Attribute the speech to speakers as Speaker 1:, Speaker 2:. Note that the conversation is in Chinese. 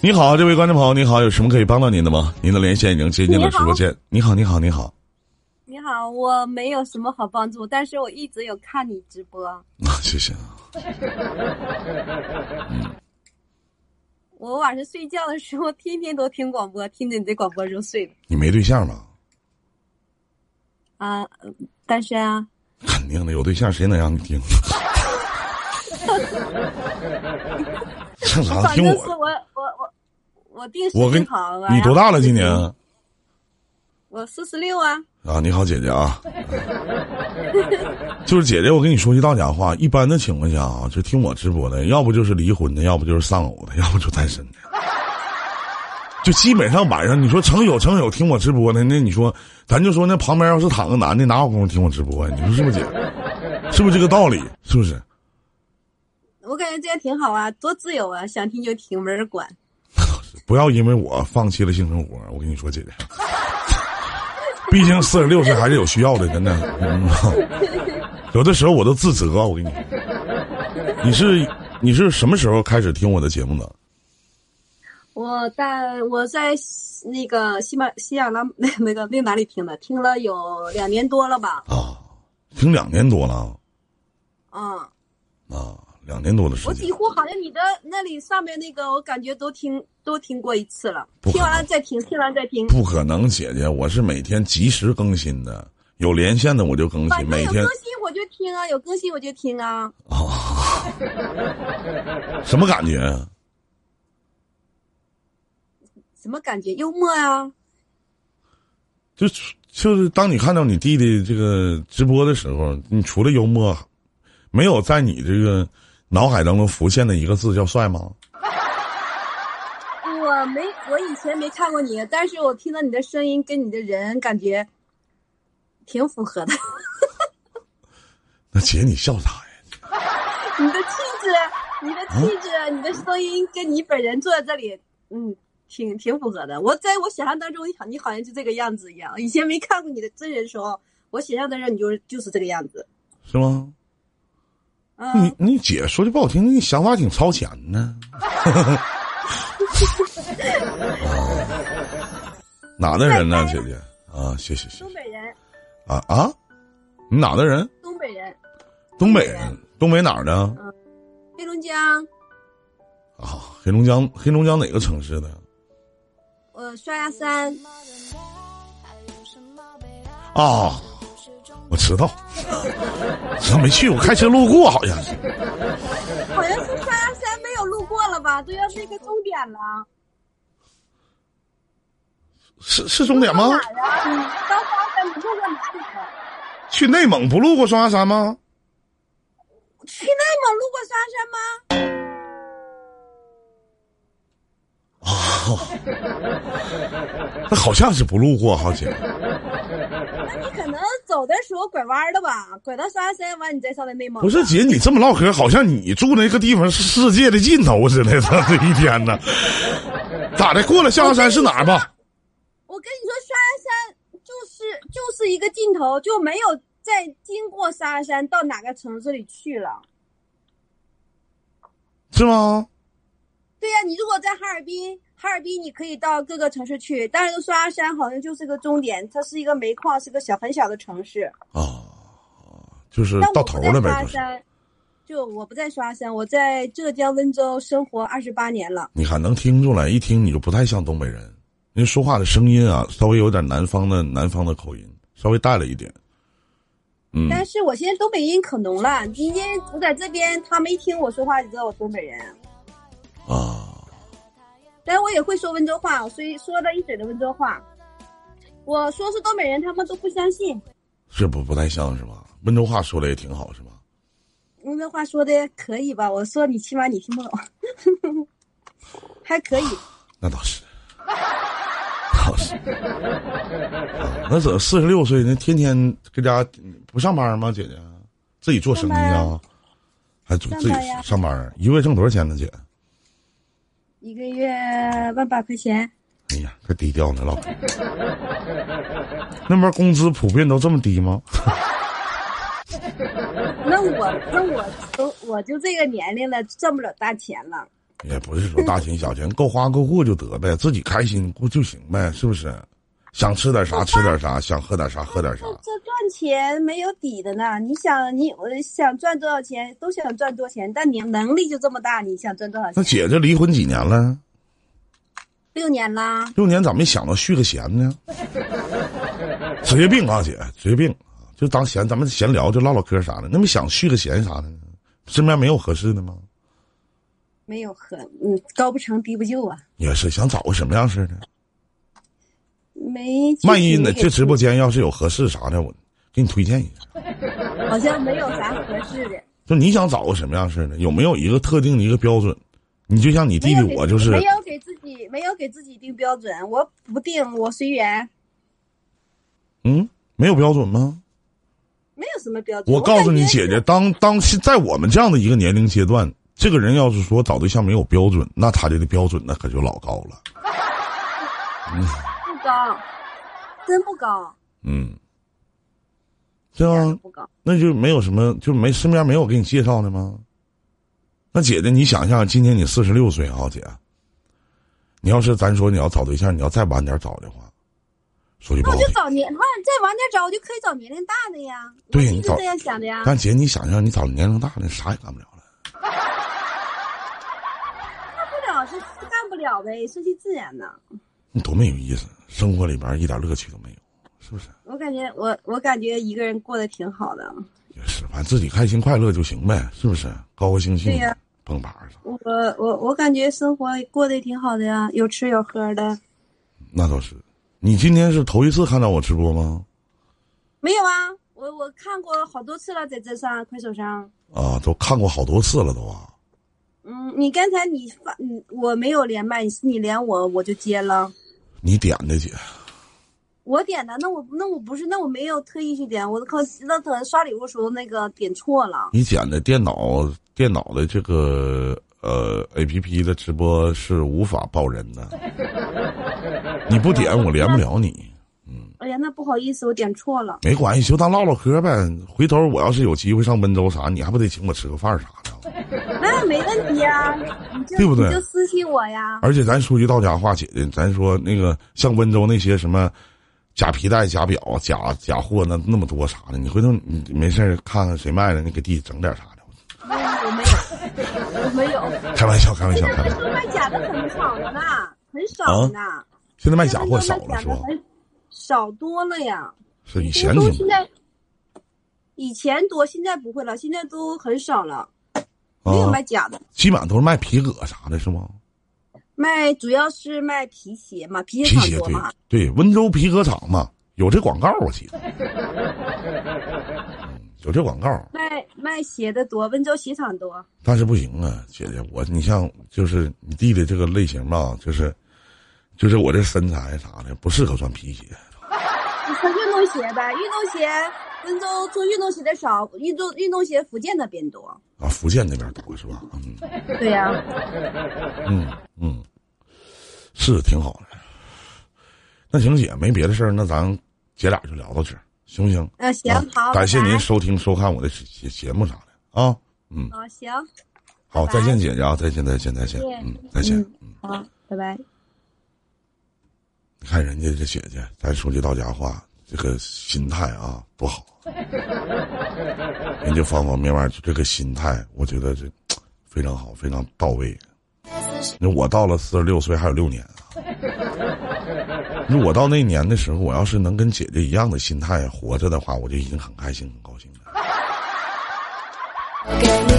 Speaker 1: 你好，这位观众朋友，你好，有什么可以帮到您的吗？您的连线已经接进了
Speaker 2: 你
Speaker 1: 直
Speaker 2: 好
Speaker 1: 播间。你好，你好，你好，
Speaker 2: 你好，我没有什么好帮助，但是我一直有看你直播，
Speaker 1: 啊，谢谢啊。
Speaker 2: 我晚上睡觉的时候天天都听广播，听着你这广播入睡的
Speaker 1: 你没对象吗？
Speaker 2: 啊、嗯单身啊，
Speaker 1: 肯定的，有对象谁能让你听？上啥
Speaker 2: 反
Speaker 1: 啊听
Speaker 2: 正
Speaker 1: 我
Speaker 2: 是
Speaker 1: 的？
Speaker 2: 我我我我定时
Speaker 1: 我跟
Speaker 2: 定好了。
Speaker 1: 你多大了？今年
Speaker 2: 然后
Speaker 1: 啊？
Speaker 2: 我四十六啊，
Speaker 1: 你好，姐姐啊。 就是姐姐，我跟你说句到家话，一般的情况下啊，就听我直播的，要不就是离婚的，要不就是丧偶的，要不就单身的。就基本上晚上，你说成宿成宿听我直播呢，那你说，咱就说那旁边要是躺个男的，哪有功夫听我直播呀？你说是不是姐？是不是这个道理？是不是？
Speaker 2: 我感觉这样挺好啊，多自由啊，想听就听，没人管。
Speaker 1: 不要因为我放弃了性生活，我跟你说，姐 姐，毕竟四十六岁还是有需要的，真的。嗯 有的时候我都自责，我跟你说，你是你是什么时候开始听我的节目的？
Speaker 2: 我在我在西那个喜马喜马拉 那那个那哪里听的？听了有两年多了吧？
Speaker 1: 啊，听两年多了
Speaker 2: 嗯，
Speaker 1: 啊，两年多的时
Speaker 2: 我
Speaker 1: 间
Speaker 2: 几。乎好像你的那里上面那个，我感觉都听都听过一次了，
Speaker 1: 不可
Speaker 2: 听完
Speaker 1: 能
Speaker 2: 了再听，听完再听。
Speaker 1: 不可能，姐姐，我是每天及时更新的，有连线的我就更
Speaker 2: 反
Speaker 1: 新，
Speaker 2: 正
Speaker 1: 每
Speaker 2: 有
Speaker 1: 天
Speaker 2: 更新我就听啊，有更新我就听啊。
Speaker 1: 啊，什么感觉？啊
Speaker 2: 什么感觉？幽默呀、
Speaker 1: 就就是当你看到你弟弟这个直播的时候，你除了幽默，没有在你这个脑海当中浮现的一个字叫帅吗？
Speaker 2: 我没，我以前没看过你，但是我听到你的声音跟你的人感觉挺符合的，
Speaker 1: 那姐你笑啥呀？
Speaker 2: 你的气质，你
Speaker 1: 嗯
Speaker 2: 的气质，你的声音跟你本人坐在这里，嗯，挺挺符合的。我在我想象当中，你好，你好像就这个样子一样。以前没看过你的真人的时候，我想象当中你就是就是这个样子。
Speaker 1: 是吗？
Speaker 2: 嗯
Speaker 1: 你，你姐说句不好听，你想法挺超前呢。 哪的人呢，姐姐？啊，谢谢谢
Speaker 2: 东
Speaker 1: 谢
Speaker 2: 北人，
Speaker 1: 啊啊！你哪的人？
Speaker 2: 东北人，
Speaker 1: 东北人，东北哪儿的？
Speaker 2: 黑龙江，
Speaker 1: 啊，黑龙江，黑龙江哪个城市的？
Speaker 2: 呃，双鸭山，
Speaker 1: 啊，我知道，这没去，我开车路过，好像是
Speaker 2: 好像是双鸭山没有路过了吧？都要那个终点了。
Speaker 1: 是是终点吗
Speaker 2: 到？哪儿啊？你到双鸭山你路过哪里了？
Speaker 1: 去内蒙不路过双鸭山吗？
Speaker 2: 去内蒙路过双鸭山吗？
Speaker 1: 那好像是不路过，好姐。
Speaker 2: 那你可能走的时候拐弯了吧？拐到双鸭山完，你再上的内蒙。
Speaker 1: 不是姐，你这么唠嗑，好像你住那个地方是世界的尽头似的。这一天呢，咋的？过了象牙山是哪儿吧？
Speaker 2: 我跟你说，双鸭山就是就是一个尽头，就没有再经过双鸭山到哪个城市里去了。
Speaker 1: 是吗？
Speaker 2: 对呀、你如果在哈尔滨，哈尔滨你可以到各个城市去，但是双鸭山好像就是个终点，它是一个煤矿，是个小很小的城市。
Speaker 1: 啊，就是
Speaker 2: 但我
Speaker 1: 到
Speaker 2: 不
Speaker 1: 头
Speaker 2: 在
Speaker 1: 了
Speaker 2: 双
Speaker 1: 呗，
Speaker 2: 鸭
Speaker 1: 就是。
Speaker 2: 山，就我不在双鸭山，我在浙江温州生活二十八年了。
Speaker 1: 你看能听出来，一听你就不太像东北人，人说话的声音啊，稍微有点南方的南方的口音，稍微带了一点。嗯，
Speaker 2: 但是我现在东北音可浓了，今天我在这边，他们一听我说话就知道我东北人，
Speaker 1: 啊，
Speaker 2: 但是我也会说温州话，所以说了一嘴的温州话。我说是东北人，他们都不相信。
Speaker 1: 是不不太像是吧？温州话说的也挺好是吧？
Speaker 2: 温州话说的可以吧？我说你起码你听不懂， 还可以。
Speaker 1: 那倒是，倒是。啊、那怎四十六岁那天天搁家不上班吗？姐姐自己做生意
Speaker 2: 上
Speaker 1: 啊，还自
Speaker 2: 上
Speaker 1: 自己
Speaker 2: 班呀
Speaker 1: 上班，一个月挣多少钱呢？姐，
Speaker 2: 一个月万把块钱，
Speaker 1: 哎呀，可低调呢，老公。 那边工资普遍都这么低吗？
Speaker 2: 那我那我都我就这个年龄了，挣不了大钱了。
Speaker 1: 也不是说大钱小钱，够花够过就得呗，自己开心过就行呗，是不是？想吃点啥吃点啥，想喝点啥喝点啥
Speaker 2: 这。这赚钱没有底的呢。你想，你我想赚多少钱，都想赚多少钱，但你能力就这么大，你想赚多少
Speaker 1: 那
Speaker 2: 钱？
Speaker 1: 姐这离婚几年了？
Speaker 2: 六年啦，
Speaker 1: 六年咋没想到续个弦呢？职业病啊，姐，职业病啊，就当闲咱们闲聊就唠唠嗑啥的，那没想续个弦啥的呢？身边没有合适的吗？
Speaker 2: 没有和嗯高不成低不就啊，
Speaker 1: 也是想找个什么样式的？
Speaker 2: 没具体
Speaker 1: 万一
Speaker 2: 没
Speaker 1: 呢？
Speaker 2: 给
Speaker 1: 这直播间要是有合适啥的，我给你推荐一下。
Speaker 2: 好像没有啥合适 的。
Speaker 1: 就你想找个什么样式的？有没有一个特定的一个标准？你就像你弟弟我，就是
Speaker 2: 没有给自己没有给自己定标准，我不定，我随缘，
Speaker 1: 嗯，没有标准吗？
Speaker 2: 没有什么标准。
Speaker 1: 我
Speaker 2: 我
Speaker 1: 告诉你，
Speaker 2: 感觉
Speaker 1: 姐姐，当当现在我们这样的一个年龄阶段，这个人要是说找对象没有标准，那他这个标准那可就老高了。
Speaker 2: 不高，真不高，
Speaker 1: 嗯，这
Speaker 2: 一点都
Speaker 1: 样
Speaker 2: 不高。
Speaker 1: 那就没有什么，就没身边没有给你介绍的吗？那姐姐，你想象今年你四十六岁啊，姐，你要是咱说你要找对象，你要再晚点找的话，说句不
Speaker 2: 那
Speaker 1: 好
Speaker 2: 我
Speaker 1: 听
Speaker 2: 就，找年，晚再晚点找，我就可以找年龄大的呀。
Speaker 1: 对
Speaker 2: 我是
Speaker 1: 你
Speaker 2: 一直
Speaker 1: 找
Speaker 2: 这样想的呀。
Speaker 1: 但姐，你想象你找年龄大的，啥也干不了了。
Speaker 2: 干不了是干不了呗，顺其自然呢。
Speaker 1: 你多没有意思，生活里边一点乐趣都没有，是不是？
Speaker 2: 我感觉我我感觉一个人过得挺好的。
Speaker 1: 也是，反正自己开心快乐就行呗，是不是？高高兴兴
Speaker 2: 对呀
Speaker 1: 的蹦把儿啥，
Speaker 2: 我我我感觉生活过得挺好的呀，有吃有喝的。
Speaker 1: 那倒是。你今天是头一次看到我直播吗？
Speaker 2: 没有啊，我我看过好多次了，在这上快手上。
Speaker 1: 啊，都看过好多次了，都啊。
Speaker 2: 嗯，你刚才你发，嗯，我没有连麦，你是你连我，我就接了。
Speaker 1: 你点的姐，
Speaker 2: 我点的，那我那我不是，那我没有特意去点，我可那可能刷礼物时候那个点错了。
Speaker 1: 你点的电脑电脑的这个呃 A P P 的直播是无法报人 的，你不点我连不了你，
Speaker 2: 哎呀，那不好意思，我点错了。
Speaker 1: 没关系，就当唠唠嗑呗。回头我要是有机会上温州啥，你还不得请我吃个饭啥的？
Speaker 2: 那哎没问题呀、你就
Speaker 1: 对不对
Speaker 2: 你就私信我呀。
Speaker 1: 而且咱说句到家话，姐姐，咱说那个像温州那些什么假皮带、假表、假假货那那么多啥的，你回头你你没事儿看看谁卖的，你给弟整点啥的。
Speaker 2: 没有，我没有，我没有。
Speaker 1: 开玩笑，开玩笑，开玩
Speaker 2: 现在
Speaker 1: 笑。
Speaker 2: 说卖假的很少了呢，很少了呢。
Speaker 1: 现在啊卖
Speaker 2: 卖
Speaker 1: 假货少了是吧？
Speaker 2: 少多了呀。
Speaker 1: 是以
Speaker 2: 以
Speaker 1: 前
Speaker 2: 都
Speaker 1: 挺
Speaker 2: 现在以前多，现在不会了，现在都很少了，
Speaker 1: 啊
Speaker 2: 没有卖假的。
Speaker 1: 基本上都是卖皮革啥的，是吗？
Speaker 2: 卖主要是卖皮鞋嘛，皮鞋
Speaker 1: 皮
Speaker 2: 厂
Speaker 1: 鞋
Speaker 2: 多
Speaker 1: 对
Speaker 2: 嘛。
Speaker 1: 对，温州皮革厂嘛，有这广告我记 得，嗯有这广告，
Speaker 2: 卖卖鞋的多，温州鞋厂多。
Speaker 1: 但是不行啊，姐姐，我你像就是你弟弟这个类型吧，就是就是我这身材啥的不适合穿皮鞋，
Speaker 2: 你穿运动鞋呗，运动鞋温州做运动鞋的少，运动运动鞋福建那边多。
Speaker 1: 啊，福建那边多是吧？嗯
Speaker 2: 对呀、
Speaker 1: 嗯嗯，是挺好的。那行姐，没别的事儿，那咱姐俩就聊到这儿，行不行？
Speaker 2: 呃，行
Speaker 1: 啊，
Speaker 2: 好，
Speaker 1: 感谢
Speaker 2: 拜拜
Speaker 1: 您收听收看我的节节目啥的啊，嗯，
Speaker 2: 好，行，
Speaker 1: 好，
Speaker 2: 拜拜
Speaker 1: 再见姐姐啊，再见再见再见，嗯，再见。
Speaker 2: 嗯，好，拜拜。
Speaker 1: 你看人家这姐姐，咱说句到家话，这个心态啊多好，人家方方面面就这个心态，我觉得这非常好，非常到位。那我到了四十六岁还有六年啊，那我到那年的时候，我要是能跟姐姐一样的心态活着的话，我就已经很开心很高兴了。
Speaker 3: 给你